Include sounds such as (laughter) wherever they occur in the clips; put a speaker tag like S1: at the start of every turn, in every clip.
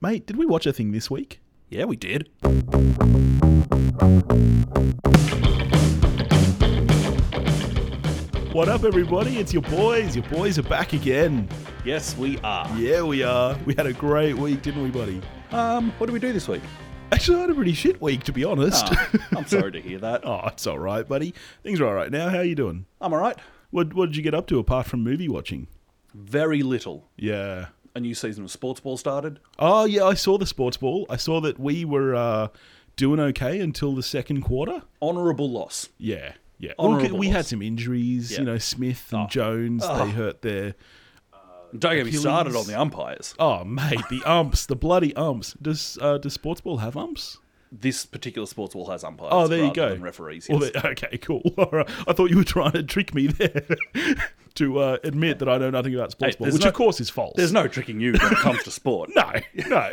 S1: Mate, did we watch a thing this week?
S2: Yeah, we did.
S1: What up, everybody? It's your boys. Your boys are back again.
S2: Yes, we are.
S1: Yeah, we are. We had a great week, didn't we, buddy?
S2: Um, what do we do this week?
S1: Actually, I had a pretty shit week, to be honest.
S2: Ah, I'm sorry to hear
S1: (laughs)
S2: that.
S1: oh, it's all right, buddy. Things are all right now. How are you doing?
S2: (laughs) I'm all right.
S1: What What did you get up to apart from movie watching?
S2: Very little.
S1: Yeah.
S2: A new season of sports ball started.
S1: Oh, yeah. I saw the sports ball. I saw that we were uh, doing okay until the second quarter.
S2: Honourable loss.
S1: Yeah, yeah. Well,
S2: Honourable
S1: we had
S2: loss.
S1: some injuries.
S2: Yeah. Ah.
S1: You know, Smith and Jones. They hurt their.
S2: Don't get me
S1: Achilles.
S2: started on the umpires.
S1: Oh, mate, the umps, the bloody umps. Does uh, does Sportsball have umps?
S2: This particular sports ball has umpires.
S1: Oh, there you
S2: rather
S1: go.
S2: than referees.
S1: Well,
S2: yes.
S1: they- (laughs) okay, cool. All right. I thought you were trying to trick me there (laughs) to uh, admit that I know nothing about
S2: Hey,
S1: Sportsball,
S2: there's
S1: which
S2: no-
S1: of course is false.
S2: There's no tricking you when it comes to (laughs) sport.
S1: (laughs) no, no.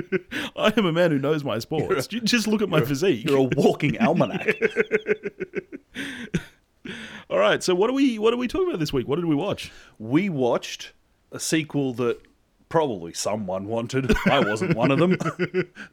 S1: (laughs) I am a man who knows my sports. Ju- Just look at my physique.
S2: You're a walking (laughs) almanac.
S1: All right. So what are we what are we talking about this week? What did we watch?
S2: we watched a sequel that probably someone wanted. I wasn't one (laughs) of them.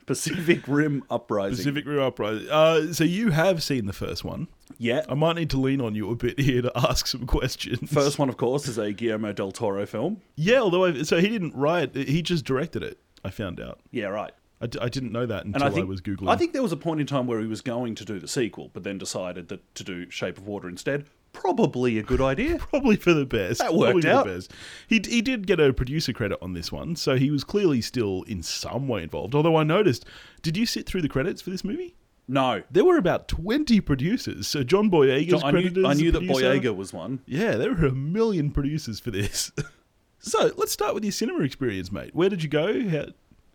S2: Pacific Rim Uprising.
S1: Pacific Rim Uprising. Uh, so you have seen the first one.
S2: yeah.
S1: I might need to lean on you a bit here to (laughs) ask some questions.
S2: First one, of course, is a Guillermo del Toro film.
S1: yeah, although I, so he didn't write, he just directed it. I found out.
S2: Yeah, right.
S1: I, d- I didn't know that until
S2: And I, think,
S1: I was googling.
S2: I think there was a point in time where he was going to do the sequel, but then decided that to do Shape of Water instead. Probably a
S1: (laughs)
S2: good
S1: (laughs)
S2: idea.
S1: probably for the best.
S2: That worked
S1: Probably for
S2: out.
S1: The best. He he did get a producer credit on this one, so he was clearly still in some way involved. Although I noticed, did you sit through the credits for this movie?
S2: No.
S1: There were about twenty producers. So John Boyega's
S2: I
S1: credited.
S2: knew, I
S1: as a
S2: knew that
S1: producer.
S2: Boyega was one.
S1: Yeah, there were a million producers for this. (laughs) so let's start with your cinema experience, mate. Where did you go? How,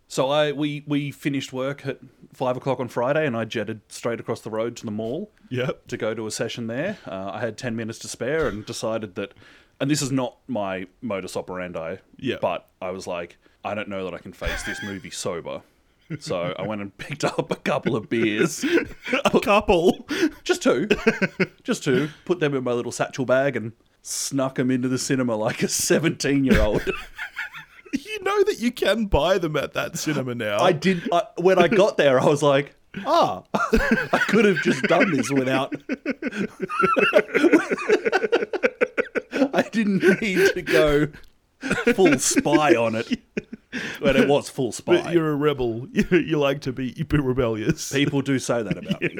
S2: So I we, we finished work at five o'clock on Friday, and I jetted straight across the road to the mall.
S1: yep.
S2: to go to a session there. Uh, I had 10 minutes to spare and decided that, and this is not my modus operandi,
S1: Yeah.
S2: but I was like, I don't know that I can face this movie sober. So I went and (laughs) picked up a couple of beers,
S1: (laughs) A couple.
S2: just two, just two, put them in my little satchel bag and snuck them into the cinema like a 17 year old.
S1: (laughs) You know that you can buy them at that cinema now.
S2: (laughs) I did, I, when I got there, I was like, ah, (laughs) I could have just done this without. (laughs) I didn't need to go full spy on it. But it was full
S1: but
S2: spy.
S1: you're a rebel. (laughs) You, you like to be, you be rebellious.
S2: People do say that about me.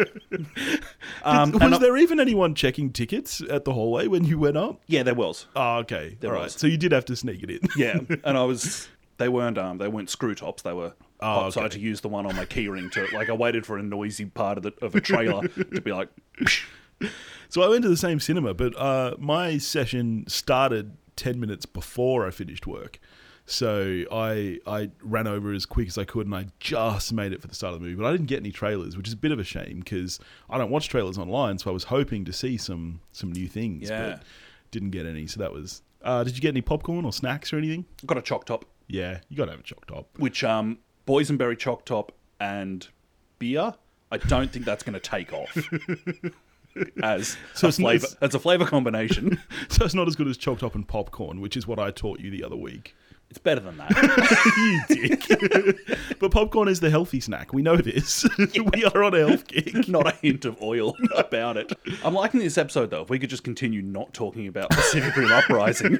S2: Um,
S1: Um,
S2: and
S1: was
S2: I-
S1: there even anyone checking tickets at the hallway when you went up?
S2: yeah, there was.
S1: Oh, okay. All right.
S2: was.
S1: So you did have to sneak
S2: (laughs)
S1: it in.
S2: Yeah, and I was. They weren't um, they weren't screw tops. They were.
S1: Oh,
S2: tops. So I had to use the one on my keyring to like. I waited for a noisy part of the of a trailer to be like.
S1: So I went to the same cinema, but uh, my session started 10 minutes before I finished work. So I I ran over as quick as I could, and I just made it for the start of the movie. But I didn't get any trailers, which is a bit of a shame because I don't watch trailers online. So I was hoping to see some some new things,
S2: Yeah.
S1: but didn't get any. So that was. Uh, did you get any popcorn or snacks or anything?
S2: Got a chalk top.
S1: Yeah, you got to have a choc top. (laughs)
S2: which um boysenberry chalk top and beer i don't think that's going to
S1: (laughs)
S2: take off as
S1: it's
S2: a
S1: not-
S2: flavor as a flavor combination
S1: So it's not as good as choc top and popcorn, which is what I taught you the other week. (laughs)
S2: it's better than that
S1: you dick. (laughs) but popcorn is the healthy snack. We know this. (laughs) we are on a health kick.
S2: not a hint of oil (laughs) about it i'm liking this episode though if we could just continue not talking about pacific rim
S1: (laughs)
S2: uprising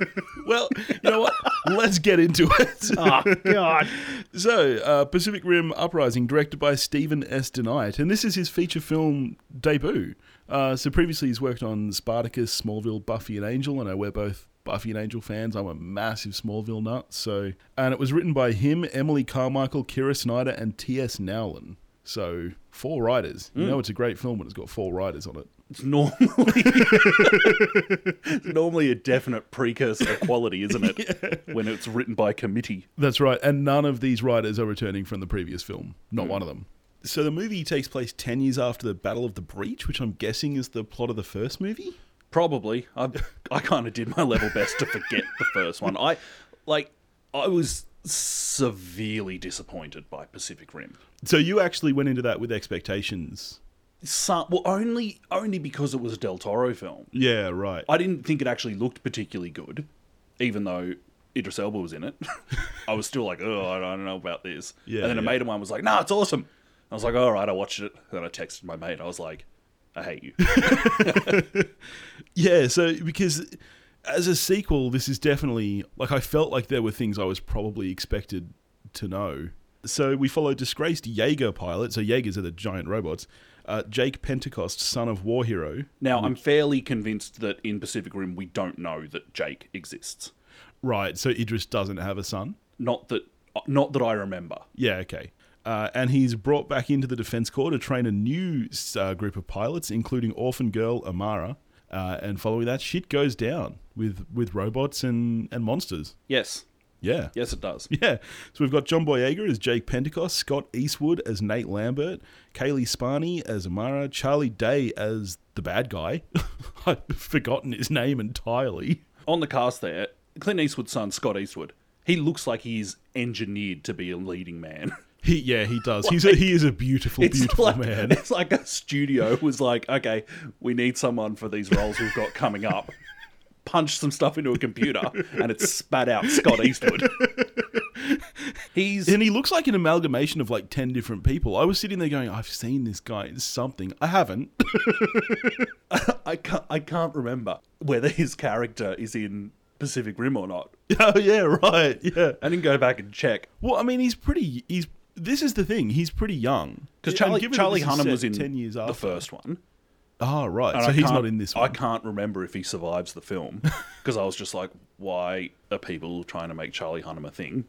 S1: Well, you know what? Let's get into it.
S2: god
S1: So, uh, Pacific Rim Uprising, directed by Stephen S. DeKnight, and this is his feature film debut. Uh, so previously, he's worked on Spartacus, Smallville, Buffy, and Angel. I know we're both Buffy and Angel fans. I'm a massive Smallville nut. So, and it was written by him, Emily Carmichael, Kira Snyder, and T.S. Nowlan. So, four writers. You know, it's a great film when it's got four writers on it.
S2: it's normally it's normally a definite precursor to quality
S1: (laughs)
S2: isn't it when it's written by committee
S1: That's right. And none of these writers are returning from the previous film. Not one of them. Hmm. So the movie takes place 10 years after the Battle of the Breach, which I'm guessing is the plot of the first movie?
S2: Probably. I I kind of did my level best to forget the first one. I like I was severely disappointed by Pacific Rim.
S1: So you actually went into that with expectations.
S2: So, well, only only because it was a Del Toro film.
S1: Yeah, right.
S2: I didn't think it actually looked particularly good, even though Idris Elba was in it, (laughs) I was still like, oh, I don't know about this.
S1: Yeah,
S2: and then a
S1: yeah.
S2: mate of mine was like, nah, it's awesome. I was like, all right, I watched it. And then I texted my mate. I was like, I
S1: (laughs)
S2: hate you.
S1: Yeah, so because as a sequel, this is definitely like I felt like there were things I was probably expected to know. So we follow disgraced Jaeger pilot. So Jaegers are the giant robots. Uh, Jake Pentecost, son of war hero.
S2: now, I'm fairly convinced that in Pacific Rim, we don't know that Jake exists.
S1: Right. So Idris doesn't have a son.
S2: Not that, not that I remember.
S1: Yeah. Okay. Uh, and he's brought back into the Defense Corps to train a new uh, group of pilots, including orphan girl Amara. Uh, and following that, shit goes down with with robots and and monsters.
S2: Yes,
S1: Yeah.
S2: yes, it does.
S1: Yeah. So we've got John Boyega as Jake Pentecost, Scott Eastwood as Nate Lambert, Kaylee Sparney as Amara, Charlie Day as the bad guy. (laughs) I've forgotten his name entirely.
S2: On the cast there, Clint Eastwood's son, Scott Eastwood, he looks like he is engineered to be a leading man. (laughs)
S1: He yeah, he does. He's a, he is a beautiful, beautiful
S2: like,
S1: man.
S2: It's like a studio was like, okay, we need someone for these roles we've got coming up. (laughs) Punch some stuff into a computer, and it spat out
S1: (laughs)
S2: Scott Eastwood. He's
S1: And he looks like an amalgamation of like 10 different people. I was sitting there going, I've seen this guy in something. I haven't. (laughs)
S2: I can't I can't remember whether his character is in Pacific Rim or not.
S1: oh, yeah, right. Yeah.
S2: I didn't go back and check
S1: Well, I mean, he's pretty. He's. This is the thing. He's pretty young.
S2: because
S1: And
S2: Charlie
S1: given that
S2: Charlie
S1: this is
S2: Hunnam
S1: set
S2: was in
S1: 10 years after.
S2: the first one.
S1: Oh, right.
S2: and
S1: so
S2: I
S1: he's
S2: can't-
S1: not in this
S2: I
S1: one.
S2: can't remember if he survives the
S1: (laughs)
S2: film because I was just like, why are people trying to make Charlie Hunnam a thing?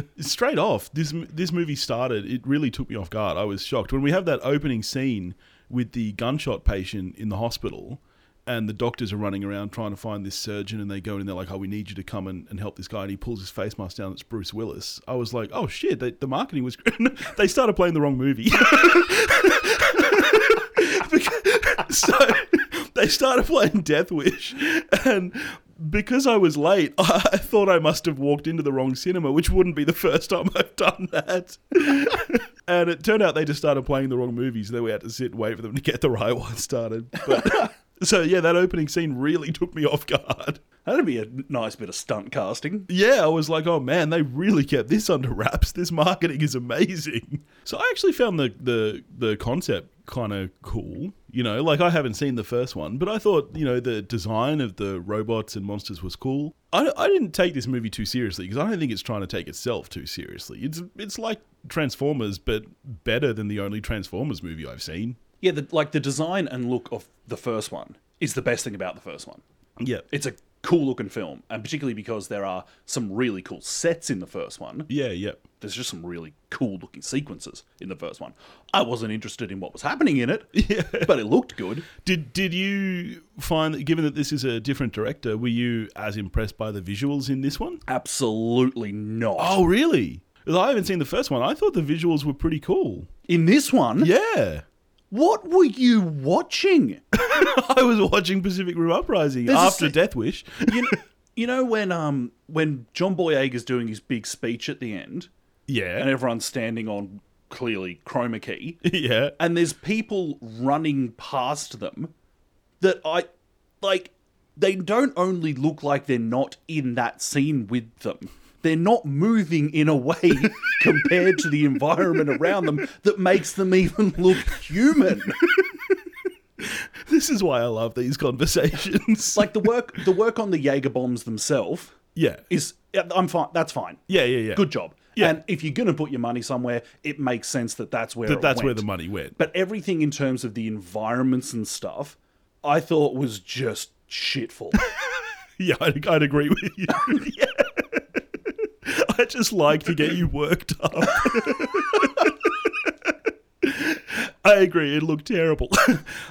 S2: (laughs)
S1: straight off this this movie started it really took me off guard i was shocked when we have that opening scene with the gunshot patient in the hospital and the doctors are running around trying to find this surgeon and they go in and they're like oh we need you to come and, and help this guy and he pulls his face mask down it's bruce willis i was like oh shit they, the marketing was (laughs) they started playing the wrong movie (laughs) (laughs) so they started playing Death Wish, and because I was late, (laughs) I thought I must have walked into the wrong cinema, which wouldn't be the first time I've done that. (laughs) and it turned out they just started playing the wrong movies, then we had to sit and wait for them to get the right one started. But, (laughs) so yeah, that opening scene really took me off guard.
S2: That'd be a nice bit of stunt casting.
S1: Yeah, I was like, oh man, they really kept this under wraps. This marketing is amazing. So I actually found the the, the concept kind of cool. You know, like I haven't seen the first one, but I thought, you know, the design of the robots and monsters was cool. I, I didn't take this movie too seriously because I don't think it's trying to take itself too seriously. It's it's like Transformers, but better than the only Transformers movie I've seen.
S2: Yeah, the, like the design and look of the first one is the best thing about the first one.
S1: Yeah.
S2: It's a cool looking film, and particularly because there are some really cool sets in the first one.
S1: Yeah, yeah.
S2: There's just some really cool looking sequences in the first one. I wasn't interested in what was
S1: (laughs)
S2: happening in it, but it looked good.
S1: Did did you find that given that this is a different director, were you as impressed by the visuals in this one?
S2: Absolutely not.
S1: Oh, really? 'Cause I haven't seen the first one. I thought the visuals were pretty cool.
S2: In this one,
S1: Yeah. (laughs)
S2: What were you watching?
S1: I was watching Pacific Rim Uprising
S2: There's a
S1: after
S2: se-
S1: Death Wish.
S2: (laughs) You know, you know when um when John Boyega's doing his big speech at the end, and
S1: (laughs) Yeah.
S2: everyone's standing on clearly chroma key,
S1: Yeah.
S2: and there's people running past them that I like. They don't only look like they're not in that scene with them. They're not moving in a way compared to the environment around them that makes them even look human.
S1: This is why I love these conversations.
S2: Like the work, the work on the Jaeger bombs themselves
S1: (laughs) yeah.
S2: is yeah, I'm fine. That's fine.
S1: Yeah, yeah, yeah.
S2: Good job.
S1: Yeah.
S2: And if you're going to put your money somewhere, it makes sense that that's where
S1: But
S2: it
S1: that's where
S2: went.
S1: the money went.
S2: But everything in terms of the environments and stuff, I thought was just
S1: (laughs)
S2: shitful.
S1: Yeah, I'd, I'd agree with you. (laughs) Yeah. I just like to get you worked up. (laughs) I agree. It looked terrible. (laughs)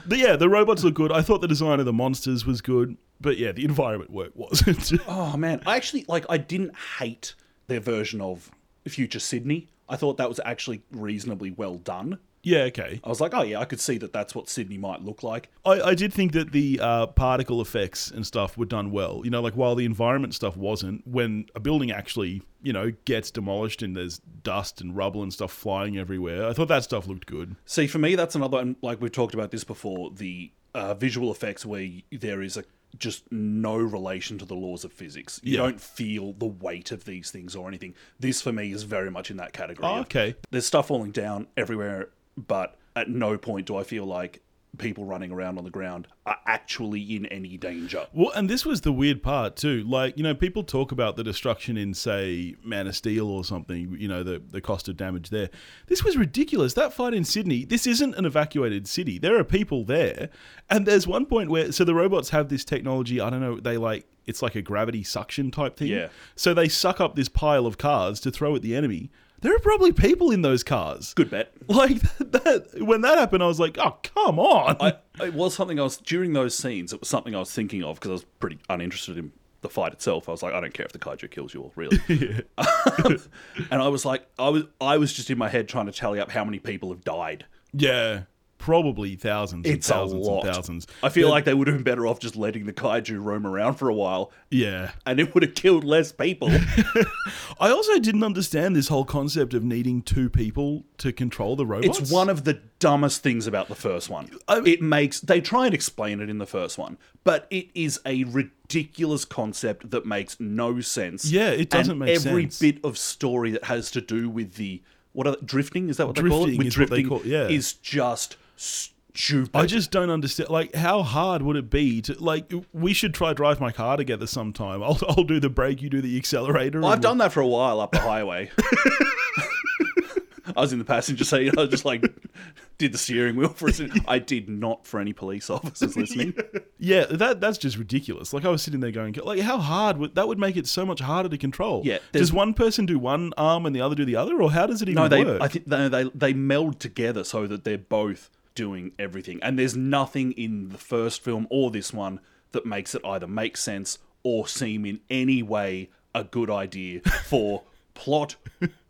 S1: but yeah, the robots look good. I thought the design of the monsters was good. But yeah, the environment work wasn't. (laughs)
S2: oh man, I actually like. I didn't hate their version of Future Sydney. I thought that was actually reasonably well done.
S1: yeah, okay.
S2: I was like, oh yeah, I could see that that's what Sydney might look like.
S1: I, I did think that the uh, particle effects and stuff were done well. You know, like while the environment stuff wasn't, when a building actually, you know, gets demolished and there's dust and rubble and stuff flying everywhere, I thought that stuff looked good.
S2: See, for me, that's another one. Like we've talked about this before, the uh, visual effects where y- there is a just no relation to the laws of physics. You
S1: Yeah.
S2: don't feel the weight of these things or anything. This for me is very much in that category.
S1: Oh,
S2: of
S1: okay.
S2: There's stuff falling down everywhere, but at no point do I feel like people running around on the ground are actually in any danger.
S1: Well, and this was the weird part too. Like, you know, people talk about the destruction in, say, Man of Steel or something, you know, the, the cost of damage there. This was ridiculous. That fight in Sydney, this isn't an evacuated city. There are people there. And there's one point where, so the robots have this technology, I don't know, they like, it's like a gravity suction type thing.
S2: Yeah.
S1: So they suck up this pile of cars to throw at the enemy. There are probably people in those cars.
S2: Good bet.
S1: Like, (laughs) that, when that happened, I was like, oh, come on.
S2: I, it was something I was during those scenes. It was something I was thinking of because I was pretty uninterested in the fight itself. I was like, I don't care if the kaiju kills you all,
S1: (laughs)
S2: really. (laughs) and I was like, I was I was just in my head trying to tally up how many people have died.
S1: yeah. Probably thousands and
S2: It's a
S1: thousands
S2: lot.
S1: and thousands.
S2: I feel like they would have been better off just letting the kaiju roam around for a while,
S1: Yeah.
S2: and it would have killed less people. (laughs)
S1: I also didn't understand this whole concept of needing two people to control the robots.
S2: It's one of the dumbest things about the first one. it makes they try and explain it in the first one, but it is a ridiculous concept that makes no sense.
S1: Yeah, it doesn't
S2: and
S1: make
S2: every
S1: sense.
S2: bit of story that has to do with the what are they- drifting is that what they call
S1: Drifting
S2: it? With
S1: is what they
S2: drifting
S1: call- yeah.
S2: is just stupid.
S1: I just don't understand. Like, how hard would it be to like? We should try drive my car together sometime. (laughs) I'll I'll do the brake, you do the accelerator.
S2: I've
S1: and
S2: done that for a while up
S1: (laughs)
S2: the highway. I was in the passenger seat. I just like did the steering
S1: (laughs)
S2: wheel for a second. I did not for any police officers listening.
S1: we'll- yeah, that that's just ridiculous. Like, I was sitting there going, like, how hard would that would make it so much harder to control?
S2: Yeah, there's-
S1: does one person do one arm and the other do the other, or how does it even
S2: No, they.
S1: work?
S2: I think they, they they meld together so that they're both doing everything. And there's nothing in the first film or this one that makes it either make sense or seem in any way a
S1: (laughs)
S2: good idea for plot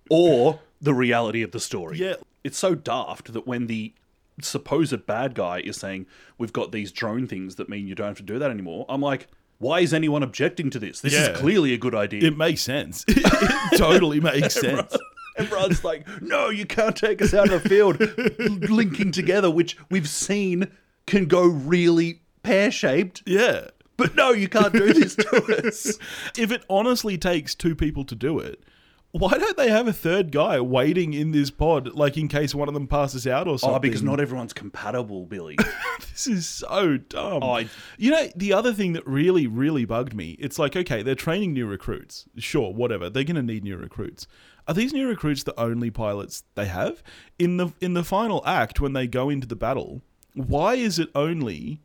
S2: or the reality of the story.
S1: Yeah.
S2: it's so daft that when the supposed bad guy is saying we've got these drone things that mean you don't have to do that anymore, I'm like. Why is anyone objecting to this? This
S1: Yeah.
S2: is clearly a good idea.
S1: it makes sense. (laughs) it totally
S2: (laughs)
S1: makes sense.
S2: Everyone's like, no, you can't take us out of the (laughs) field. Linking together, which we've seen can go really pear shaped,
S1: Yeah.
S2: but no, you can't do this to us.
S1: if it honestly takes two people to do it, why don't they have a third guy waiting in this pod, like in case one of them passes out or something?
S2: Oh, because not everyone's compatible, Billy.
S1: this is so dumb.
S2: I-
S1: You know, the other thing that really, really bugged me, it's like, okay, they're training new recruits. Sure, whatever. They're gonna need new recruits. Are these new recruits the only pilots they have? In the in the final act when they go into the battle, why is it only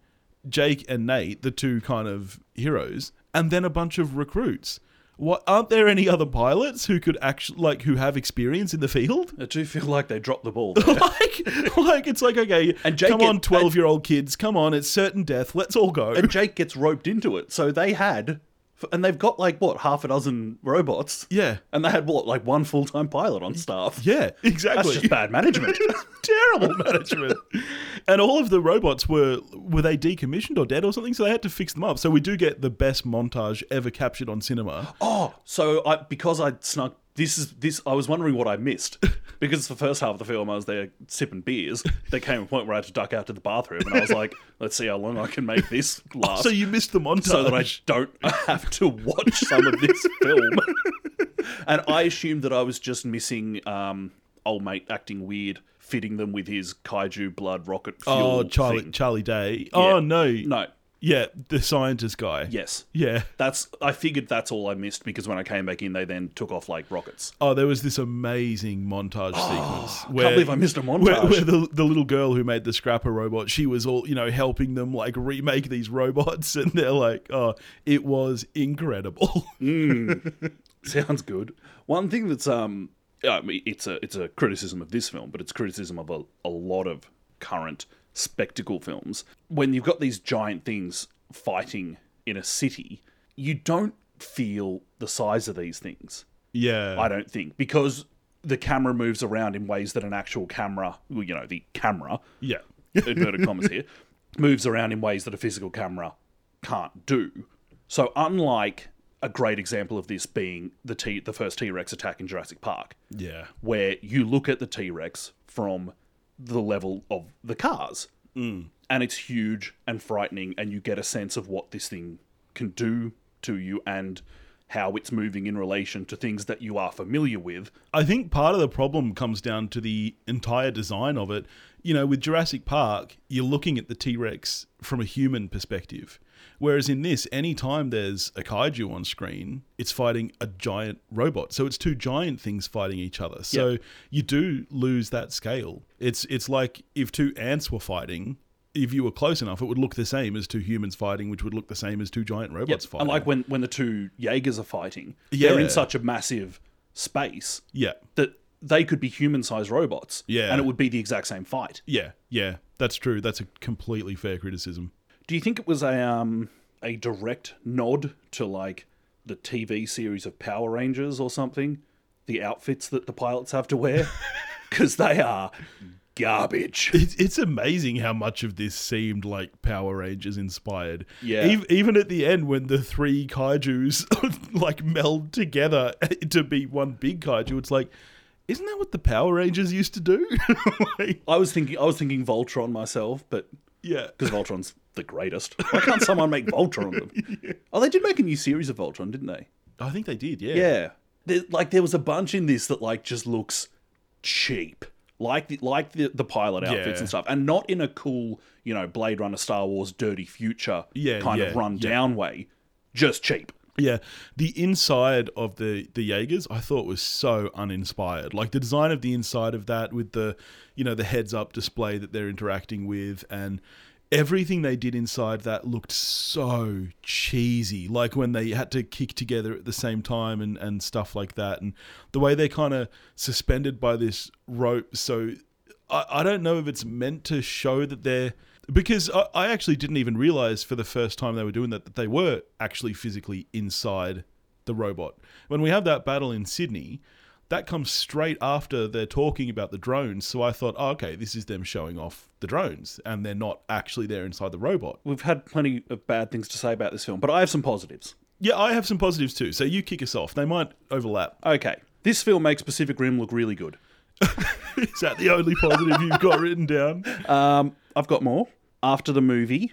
S1: Jake and Nate, the two kind of heroes, and then a bunch of recruits? What aren't there any other pilots who could actually like who have experience in the field?
S2: I do feel like they dropped the ball.
S1: (laughs) like, like it's like okay,
S2: And Jake
S1: come
S2: and-
S1: on, twelve-year-old kids, come on, it's certain death. Let's all go.
S2: And Jake gets roped into it. So they had, and they've got like, what, half a dozen robots?
S1: (laughs) yeah,
S2: And they had, what, like one full time pilot on staff?
S1: yeah,
S2: That's
S1: exactly.
S2: just bad management. (laughs)
S1: Terrible management. and all of the robots were were they decommissioned or dead or something? So they had to fix them up. So we do get the best montage ever captured on cinema.
S2: Oh, so I because I snuck this is this I was wondering what
S1: (laughs)
S2: I missed because the first half of the film I was there sipping beers. There came a point where I had to duck out to the bathroom, and I was
S1: (laughs)
S2: like, "Let's see how long I can make this last,
S1: Oh, So you missed the montage.
S2: Oh, so that I don't have to watch some of this
S1: (laughs)
S2: film." and I assumed that I was just missing um, old mate acting weird, fitting them with his kaiju blood rocket fuel.
S1: oh, Charlie
S2: thing.
S1: Charlie Day. Oh no,
S2: No,
S1: yeah, the scientist guy.
S2: yes.
S1: yeah.
S2: That's I figured that's all I missed because when I came back in, they then took off like rockets.
S1: Oh, there was this amazing montage sequence.
S2: Oh, I can't believe I missed a montage.
S1: Where, where the, the little girl who made the scrapper robot, she was all, you know, helping them like remake these robots. (laughs) And they're like, oh, it was incredible. (laughs)
S2: (laughs) Sounds good. One thing that's um, I mean, it's a it's a criticism of this film, but it's criticism of a, a lot of current spectacle films. When you've got these giant things fighting in a city, you don't feel the size of these things.
S1: yeah.
S2: I don't think because the camera moves around in ways that an actual camera, well, you know, the camera
S1: yeah.
S2: inverted commas here, moves around in ways that a physical camera can't do. So unlike a great example of this being the T, the first T Rex attack in Jurassic Park,
S1: Yeah.
S2: where you look at the T Rex from the level of the cars.
S1: Mm.
S2: and it's huge and frightening, and you get a sense of what this thing can do to you and how it's moving in relation to things that you are familiar with.
S1: I think part of the problem comes down to the entire design of it. You know, with Jurassic Park, you're looking at the T Rex from a human perspective. Whereas in this, anytime there's a kaiju on screen, it's fighting a giant robot. So it's two giant things fighting each other. So
S2: Yeah.
S1: you do lose that scale. It's it's like if two ants were fighting, if you were close enough, it would look the same as two humans fighting, which would look the same as two giant robots
S2: And
S1: fighting.
S2: like when, when the two Jaegers are fighting, they're
S1: Yeah.
S2: in such a massive space
S1: yeah.
S2: that they could be human sized robots.
S1: Yeah.
S2: And it would be the exact same fight.
S1: Yeah, yeah, that's true. That's a completely fair criticism.
S2: Do you think it was a um a direct nod to like the TV series of Power Rangers or something? The outfits that the pilots have to wear because they are garbage.
S1: It's, it's amazing how much of this seemed like Power Rangers inspired.
S2: Yeah.
S1: Ev- even at the end, when the three kaiju's (laughs) like meld together to be one big kaiju, it's like, isn't that what the Power Rangers used to do? (laughs) Like,
S2: I was thinking I was thinking Voltron myself, but
S1: yeah.
S2: because Voltron's the greatest, why can't someone make Voltron them? Oh, they did make a new series of Voltron, didn't they?
S1: I think they did, yeah.
S2: Yeah, There- like there was a bunch in this that like just looks cheap, like the like the, the pilot outfits
S1: Yeah.
S2: and stuff, and not in a cool you know Blade Runner, Star Wars, dirty future
S1: Yeah,
S2: kind
S1: yeah,
S2: of
S1: yeah.
S2: run down way, just cheap.
S1: Yeah, the inside of the the Jaegers I thought was so uninspired. Like the design of the inside of that with the you know the heads up display that they're interacting with and everything they did inside that looked so cheesy. Like when they had to kick together at the same time and and stuff like that and the way they're kind of suspended by this rope so I, I don't know if it's meant to show that they're because I, I actually didn't even realize for the first time they were doing that that they were actually physically inside the robot. When we have that battle in Sydney, that comes straight after they're talking about the drones. So I thought, oh, okay, this is them showing off the drones, and they're not actually there inside the robot.
S2: We've had plenty of bad things to say about this film, but I have some positives.
S1: Yeah, I have some positives too. So you kick us off. They might overlap. (laughs)
S2: Okay, this film makes Pacific Rim look really good.
S1: Is that the only positive you've got written down?
S2: Um, I've got more. After the movie,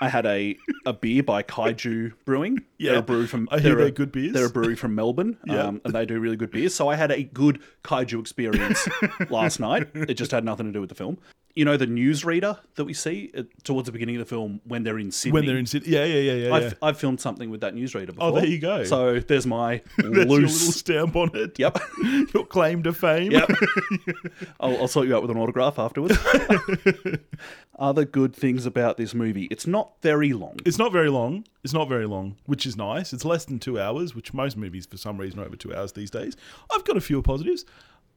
S2: I had a, a beer by Kaiju Brewing.
S1: (laughs) Yeah.
S2: they're a brewery from.
S1: I hear
S2: a-
S1: they're good beers.
S2: They're a brewery from
S1: (laughs)
S2: Melbourne, um, and they do really good beers. So I had a good Kaiju
S1: (laughs)
S2: experience last night. It just had nothing to do with the film. You know the newsreader that we see at, towards the beginning of the film when they're in Sydney.
S1: When they're in Sydney, yeah, yeah, yeah, yeah. yeah. Oh,
S2: I've, I've filmed something with that newsreader before.
S1: there you go.
S2: So
S1: (laughs)
S2: there's my
S1: That's your little
S2: loose.
S1: stamp on it.
S2: (laughs) Yep.
S1: (laughs) your claim to fame.
S2: Yep. (laughs) I'll, I'll sort you out with an autograph afterwards. (laughs) Other good things about this movie. It's not very long.
S1: It's not very long. It's not very long, which is nice. It's less than two hours, which most movies, for some reason, are over two hours these days. I've got a few positives.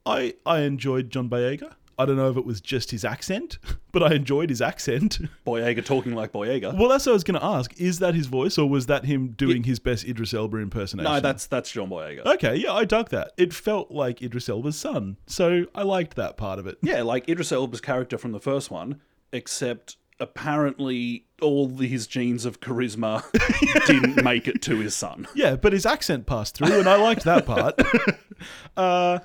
S1: I, I enjoyed John Boyega. I don't know if it was just his accent, (laughs) but I enjoyed his accent. (laughs)
S2: Boyega talking like Boyega.
S1: Well, that's what I was going to ask. Is that his voice, or was that him doing his best Idris Elba impersonation?
S2: No, that's that's John Boyega.
S1: Okay, yeah, I dug that. It felt like Idris Elba's son, so I liked that part of it.
S2: Yeah, like Idris Elba's character from the first one, except apparently all the- his genes of charisma (laughs) didn't make it to his son.
S1: Yeah, but his accent passed through, and I liked that part. uh,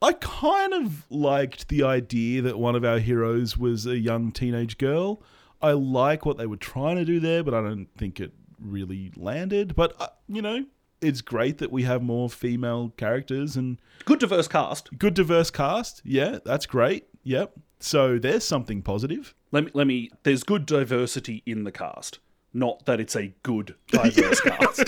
S1: I kind of liked the idea that one of our heroes was a young teenage girl. I like what they were trying to do there, but I don't think it really landed. But, uh, you know, it's great that we have more female characters and
S2: Good diverse cast.
S1: good diverse cast. Yeah, that's great. Yep. So there's something positive.
S2: Let me let me there's good diversity in the cast. Not that it's a (laughs) good diverse cast.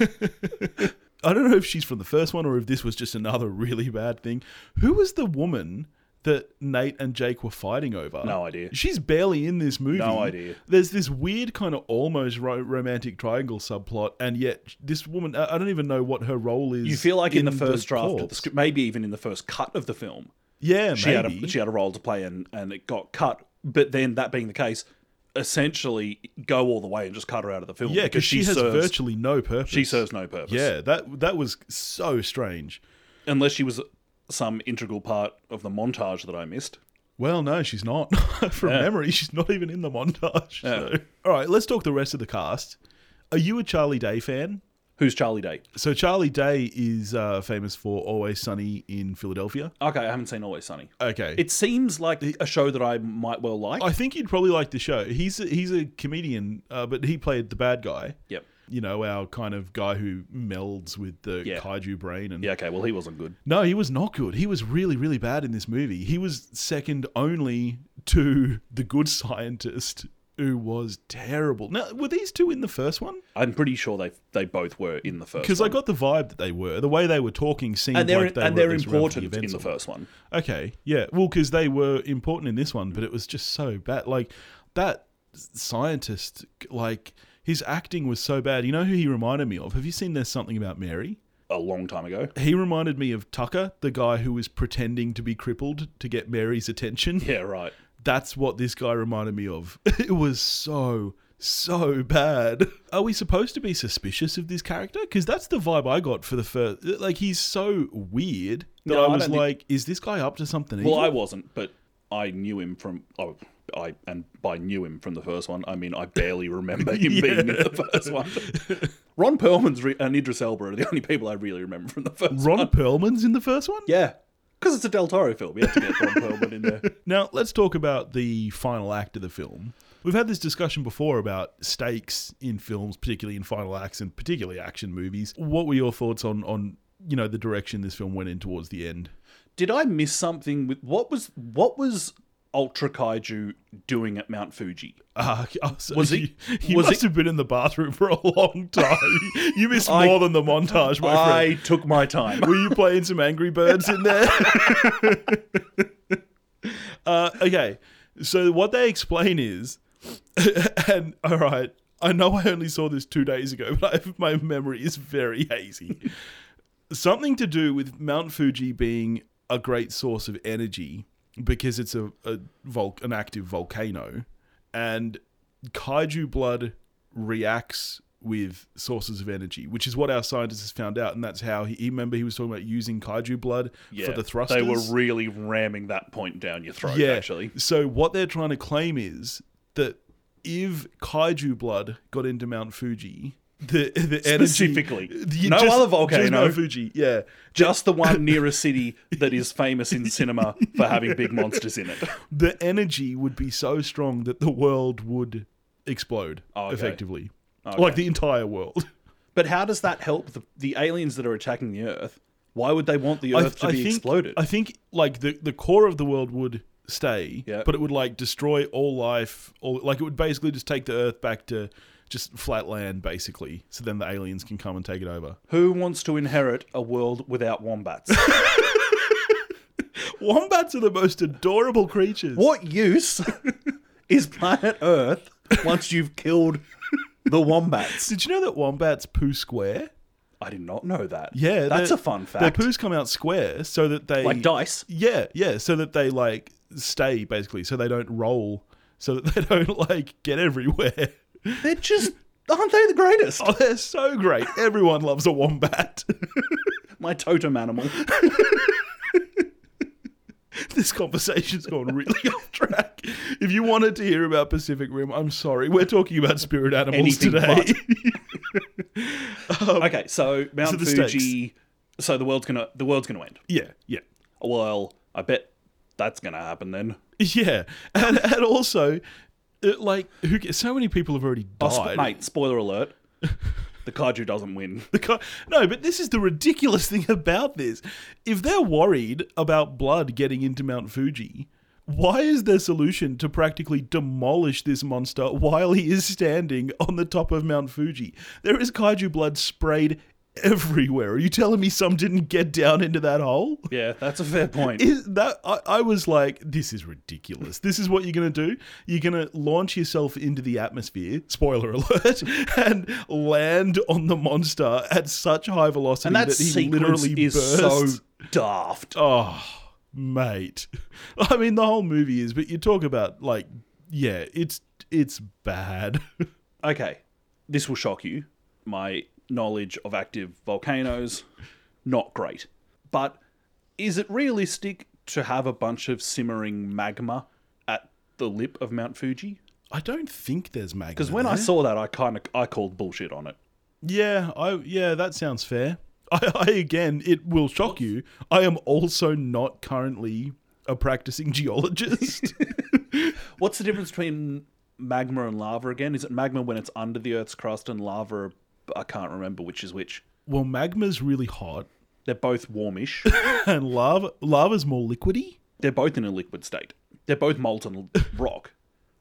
S1: I don't know if she's from the first one or if this was just another (laughs) really bad thing. Who was the woman that Nate and Jake were fighting over?
S2: No idea.
S1: She's barely in this movie.
S2: No idea.
S1: There's this weird kind of almost ro- romantic triangle subplot, and yet this woman, I I don't even know what her role is.
S2: You feel like in, the first draft of the
S1: corpse.
S2: script, maybe even in the first cut of the film,
S1: Yeah,
S2: she had
S1: maybe.
S2: a she had a role to play and and it got cut. But then that being the case, essentially go all the way and just cut her out of the film.
S1: yeah, because she, has
S2: serves,
S1: virtually no purpose.
S2: she serves no purpose.
S1: Yeah, that that was so strange.
S2: unless she was some integral part of the montage that I missed.
S1: Well, no, she's not. (laughs) From memory, she's not even in the montage. so. All right, let's talk the rest of the cast. Are you a Charlie Day fan?
S2: Who's Charlie Day?
S1: So Charlie Day is uh, famous for Always Sunny in Philadelphia.
S2: Okay, I haven't seen Always Sunny.
S1: Okay,
S2: It seems like a show that I might well like.
S1: I think you'd probably like the show. He's a, he's a comedian, uh, but he played the bad guy.
S2: yep.
S1: You know, our kind of guy who melds with the
S2: Yeah.
S1: kaiju brain and
S2: Yeah, okay, well, he wasn't good.
S1: No, he was not good. He was really, really bad in this movie. He was second only to the good scientist, who was terrible. Now, were these two in the first one?
S2: I'm pretty sure they they both were in the first
S1: Because
S2: one.
S1: I got the vibe that they were. The way they were talking seemed
S2: and they're,
S1: like they
S2: and
S1: were at
S2: they're
S1: least around for the
S2: important in
S1: events
S2: the
S1: of-
S2: first one.
S1: Okay, yeah. Well, because they were important in this one, but it was just so bad. Like that scientist, like his acting was so bad. You know who he reminded me of? Have you seen There's Something About Mary?
S2: A long time ago.
S1: He reminded me of Tucker, the guy who was pretending to be crippled to get Mary's attention.
S2: Yeah, right.
S1: That's what this guy reminded me of. (laughs) It was so, so bad. Are we supposed to be suspicious of this character? Because that's the vibe I got for the first. Like, he's so weird that
S2: No,
S1: I
S2: I
S1: was
S2: don't think-
S1: like, is this guy up to something?
S2: Well,
S1: evil?
S2: I wasn't, but I knew him from. Oh, I and by knew him from the first one, I mean I
S1: (laughs)
S2: barely remember him being in the first one. Ron Perlman's re- and Idris Elba are the only people I really remember from the first. one.
S1: Ron Perlman's in the first one?
S2: Yeah, because it's a Del Toro film. You have to get Ron Perlman
S1: (laughs)
S2: in there.
S1: Now, let's talk about the final act of the film. We've had this discussion before about stakes in films, particularly in final acts and particularly action movies. What were your thoughts on on you know the direction this film went in towards the end? (laughs)
S2: Did I miss something with what was what was Ultra Kaiju doing at Mount Fuji?
S1: Uh, oh, so
S2: Was
S1: you,
S2: he-
S1: You
S2: was
S1: must
S2: he-
S1: have been in the bathroom for a long
S2: (laughs)
S1: time. you missed
S2: I-
S1: more than the montage, my friend.
S2: I took my time.
S1: (laughs) Were you playing some Angry Birds in there? (laughs) uh, okay. So what they explain is, (laughs) and all right, I know I only saw this two days ago, (laughs) but I, my memory is very hazy. (laughs) Something to do with Mount Fuji being a great source of energy because it's a, a vol- an active volcano, and kaiju blood reacts with sources of energy, which is what our scientists has found out, and that's how he he- remember he was talking about using kaiju blood for the thrusters.
S2: They were really ramming that point down your throat, actually.
S1: So what they're trying to claim is that if kaiju blood got into Mount Fuji, the the energy
S2: Specifically.
S1: the-
S2: No other
S1: Just
S2: volcano.
S1: Mount Fuji, yeah.
S2: Just the one near a city that is famous in cinema for having big monsters in it.
S1: The energy would be so strong that the world would explode
S2: Oh, Okay.
S1: effectively, like the entire world.
S2: But how does that help the, the aliens that are attacking the Earth? Why would they want the
S1: I-
S2: Earth to
S1: I
S2: be
S1: think,
S2: exploded?
S1: I think like the the core of the world would stay,
S2: Yeah.
S1: but it would like destroy all life, or like it would basically just take the Earth back to just flat land, basically. So then the aliens can come and take it over.
S2: Who wants to inherit a world without wombats?
S1: Wombats are the most adorable creatures.
S2: (laughs) what use is planet Earth once you've killed the wombats?
S1: Did you know that wombats poo square?
S2: I did not know that.
S1: Yeah,
S2: that's
S1: their-
S2: a fun
S1: Their
S2: fact.
S1: poos come out square so that they
S2: like dice.
S1: Yeah, yeah, so that they like stay basically, so they don't roll, so that (laughs) they don't like get everywhere.
S2: They're just aren't they the greatest?
S1: Oh, they're so great. Everyone loves a wombat. (laughs)
S2: My totem (laughs) animal.
S1: this conversation's gone really (laughs) off track. If you wanted to hear about Pacific Rim, I'm sorry. We're talking about spirit animals
S2: Anything
S1: today.
S2: okay, Um, so Mount
S1: So the
S2: Fuji. So the world's gonna the world's gonna end.
S1: (laughs) yeah, yeah.
S2: Well, I bet that's gonna happen then.
S1: (laughs) Yeah, and, and also, it, like, who? ca- So many people have already
S2: Oh, sp-
S1: died.
S2: mate, spoiler alert: the kaiju doesn't win.
S1: (laughs) The co- no, but this is the ridiculous (laughs) thing about this. If they're worried about blood getting into Mount Fuji, why is their solution to practically demolish this monster while he is standing on the top of Mount Fuji? There is kaiju blood sprayed everywhere. Are you telling me some didn't get down into that hole?
S2: Yeah, that's a fair point.
S1: is that I, I was like this is ridiculous this is what you're going to do you're going to launch yourself into the atmosphere spoiler (laughs) alert and land on the monster at such high velocity
S2: and that,
S1: that he
S2: sequence
S1: literally
S2: is
S1: bursts
S2: so daft.
S1: oh mate (laughs) i mean the whole movie is but you talk about like yeah it's it's bad (laughs)
S2: Okay, this will shock you. My knowledge of active volcanoes, not great. But is it realistic to have a bunch of simmering magma at the lip of Mount Fuji?
S1: i don't think there's magma
S2: Because when I saw that, I kind of I called bullshit on it.
S1: Yeah, I yeah, that sounds fair. (laughs) I, I again, it will shock you. I am also not currently a practicing (laughs)
S2: (laughs)
S1: geologist.
S2: What's the difference between magma and lava again? Is it magma when it's under the Earth's crust and lava? I can't remember which is which.
S1: well, magma's really hot,
S2: They're both
S1: (laughs)
S2: warmish.
S1: and lava lava's more liquidy.
S2: They're both in a liquid state. They're both molten rock.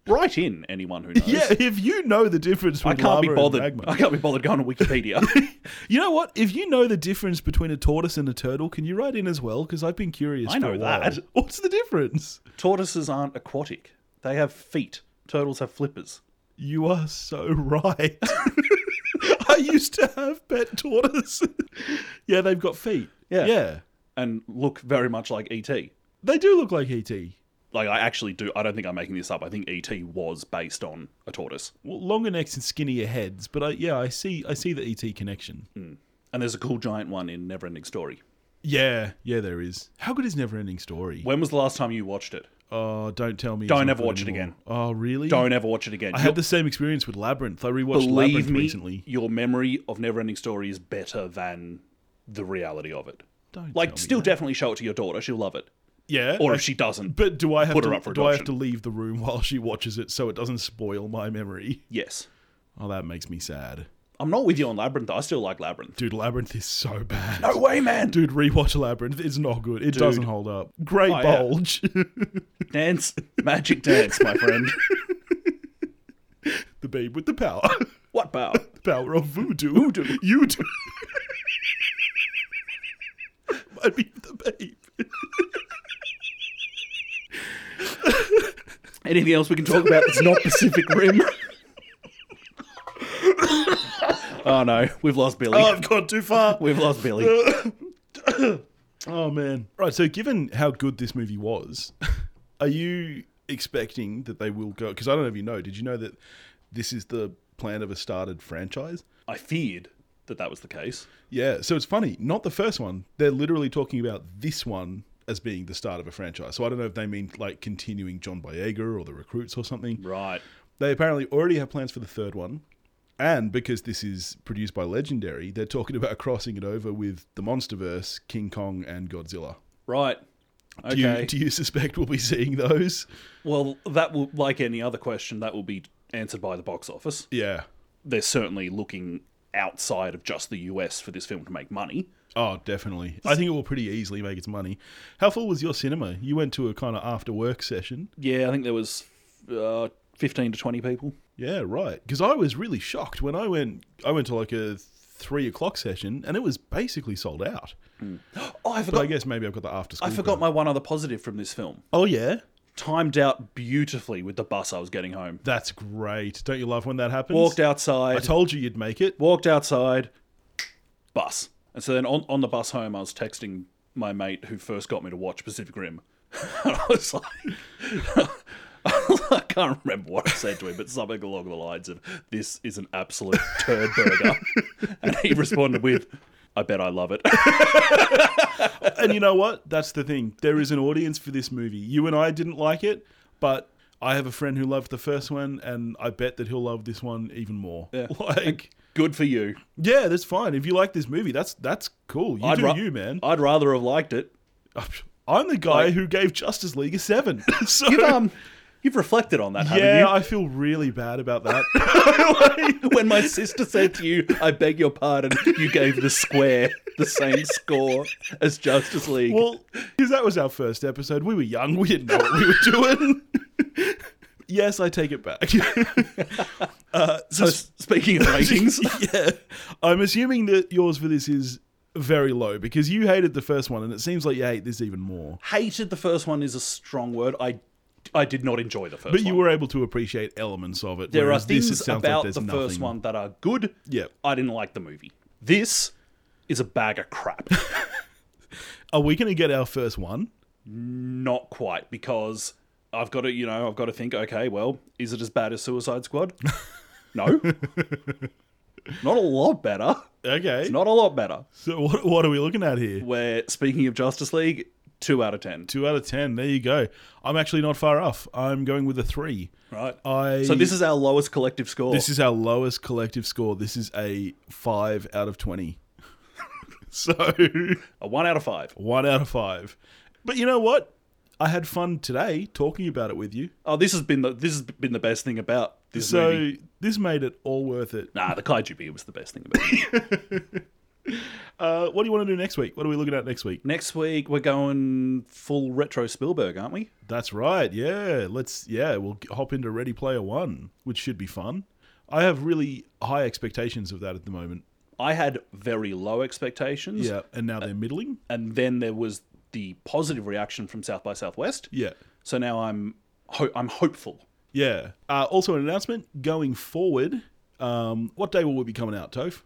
S2: Right in anyone who knows.
S1: Yeah, if you know the difference
S2: I
S1: between
S2: can't
S1: lava
S2: be bothered.
S1: and
S2: (laughs)
S1: magma,
S2: I can't be bothered going to
S1: (laughs)
S2: Wikipedia.
S1: you know what? If you know the difference between a tortoise and a turtle, can you write in as well? Because I've been curious.
S2: I
S1: for a
S2: know
S1: while. (laughs)
S2: that.
S1: What's the difference?
S2: Tortoises aren't aquatic. They have feet. Turtles have flippers.
S1: You are so right. (laughs) I used to have pet tortoises. (laughs) yeah, they've got feet.
S2: Yeah.
S1: yeah,
S2: And look very much like ET.
S1: they do look like E ET.
S2: Like I actually do I don't think I'm making this up. I think ET was based on a tortoise.
S1: Well, longer necks and skinnier heads, but I, yeah, I see, I see the ET connection.
S2: And there's a cool giant one in Neverending Story.
S1: Yeah, yeah, there is. How good is Neverending Story?
S2: When was the last time you watched it?
S1: Oh, don't tell me. it's
S2: Don't
S1: not
S2: ever
S1: good
S2: watch it
S1: anymore.
S2: again.
S1: Oh, really?
S2: Don't ever watch it again.
S1: I had the same experience with Labyrinth. I rewatched
S2: Believe
S1: Labyrinth
S2: me,
S1: recently.
S2: your memory of Neverending Story is better than the reality of it.
S1: Don't tell
S2: Like,
S1: me
S2: still
S1: that.
S2: definitely show it to your daughter. She'll love it.
S1: yeah.
S2: Or
S1: I-
S2: if she doesn't,
S1: but do I have
S2: put
S1: to
S2: her up for
S1: do I have to
S2: adoption.
S1: leave the room (laughs) while she watches it so it doesn't spoil my memory?
S2: yes.
S1: Oh, that makes me sad.
S2: I'm not with you on Labyrinth. though. I still like Labyrinth.
S1: Dude, Labyrinth is so bad.
S2: No way, man.
S1: Dude, rewatch Labyrinth. It's not good. It doesn't hold up. Great
S2: Oh, yeah.
S1: bulge. (laughs)
S2: Dance, (laughs) magic dance, my friend.
S1: the babe with the power. (laughs)
S2: What bow?
S1: the power of voodoo. Voodoo. You do. I mean, the babe.
S2: Anything else we can talk about that's not Pacific
S1: (laughs)
S2: Rim? oh no, we've lost Billy.
S1: Oh, I've gone too far.
S2: We've lost Billy.
S1: (laughs) Oh, man. Right, so given how good this movie was, (laughs) are you expecting that they will go? Because I don't know if you know. Did you know that this is the plan of a started franchise?
S2: I feared that that was the case.
S1: Yeah, so it's funny. Not the first one. They're literally talking about this one as being the start of a franchise. So I don't know if they mean like continuing John Boyega or the recruits or something.
S2: Right.
S1: They apparently already have plans for the third one. And because this is produced by Legendary, they're talking about (laughs) crossing it over with the Monsterverse, King Kong, and Godzilla.
S2: Right. Okay.
S1: Do, you, do you suspect we'll be seeing those?
S2: Well, that will, like any other question, that will be answered by the box office.
S1: Yeah.
S2: They're certainly looking outside of just the US for this film to make money.
S1: Oh, definitely. I think it will pretty easily make its money. How full was your cinema? You went to a kind of after work session.
S2: Yeah, I think there was uh, 15 to 20 people.
S1: Yeah, right. Because I was really shocked when I went. I went to like a three o'clock session, and it was basically sold out.
S2: Oh, I forgot.
S1: But I guess maybe I've got the after school.
S2: I forgot my one other positive from this film.
S1: Oh yeah,
S2: Timed out beautifully with the bus I was getting home.
S1: that's great. Don't you love when that happens?
S2: Walked
S1: I
S2: outside.
S1: told you you'd make it.
S2: walked outside, bus. And so then on, on the bus home, I was texting my mate who first got me to watch Pacific Rim. (laughs) and I was like, (laughs) I can't remember what I said to him, but something along the lines of, This is an absolute turd burger. and he responded with, I bet I love it. (laughs)
S1: and you know what? That's the thing. There is an audience for this movie. You and I didn't like it, but I have a friend who loved the first one, and I bet that he'll love this one even more. (laughs) Like,
S2: Good for you.
S1: yeah, that's fine. If you like this movie, that's that's cool. You do
S2: ra-
S1: you, man.
S2: I'd rather have liked it.
S1: I'm the guy who gave Justice League a seven. (laughs) so
S2: You've, um, you've reflected on that,
S1: yeah,
S2: haven't
S1: I feel really bad about that.
S2: you? (laughs) when my sister said to you, I beg your pardon, you gave the square the same score as Justice League.
S1: well, (laughs) because that was our first episode. We were young. We didn't know what we were doing. (laughs) yes, I take it back. (laughs) uh, so,
S2: So
S1: (laughs)
S2: speaking of ratings,
S1: yeah, I'm assuming that yours for this is very low because you hated the first one, and it seems like you hate this even more.
S2: hated the first one is a strong word. I I did not enjoy the first
S1: But
S2: one.
S1: you were able to appreciate elements of it.
S2: there are
S1: whereas
S2: things
S1: this, it sounds
S2: about
S1: like there's
S2: the
S1: nothing.
S2: first one that are good.
S1: Yeah.
S2: I didn't like the movie. This is a bag of crap. (laughs)
S1: Are we going to get our first one?
S2: not quite because I've got to, you know, I've got to think, okay, well, is it as bad as
S1: (laughs)
S2: Suicide Squad? no. not a lot better.
S1: Okay.
S2: Not a lot better.
S1: so what, what are we looking at here?
S2: Where speaking of Justice League, Two out of ten.
S1: Two out of ten. There you go. I'm actually not far off. I'm going with a three.
S2: Right.
S1: I.
S2: so this is our lowest collective score.
S1: This is our lowest collective score. This is a five out of twenty. (laughs) so
S2: a one out of five.
S1: one out of five. But you know what? I had fun today talking about it with you.
S2: Oh, this has been the this has been the best thing about this
S1: So
S2: movie.
S1: this made it all worth it.
S2: Nah, the kaiju beer was the best thing about it. (laughs)
S1: Uh, what do you want to do next week? What are we looking at next week?
S2: Next week we're going full retro Spielberg, aren't we?
S1: That's right. Yeah, let's. Yeah, we'll g- hop into Ready Player One, which should be fun. I have really high expectations of that at the moment.
S2: I had very low expectations.
S1: Yeah, and now they're middling.
S2: And then there was the positive reaction from South by Southwest.
S1: Yeah.
S2: So now I'm ho- I'm hopeful.
S1: Yeah. Uh, also, an announcement going forward. Um, what day will we be coming out, Toph?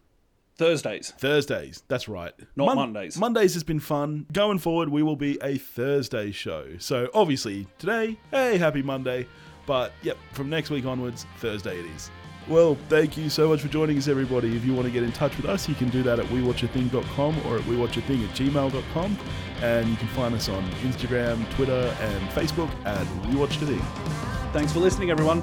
S2: Thursdays.
S1: Thursdays. That's right.
S2: Not Mondays.
S1: Mondays has been fun. Going forward, we will be a Thursday show. So obviously today, hey, happy Monday. But yep, from next week onwards, Thursday it is. Well, thank you so much for joining us, everybody. If you want to get in touch with us, you can do that at wewatchathing.com or at wewatchathing at gmail.com. And you can find us on Instagram, Twitter, and Facebook at wewatchathing.
S2: Thanks for listening, everyone.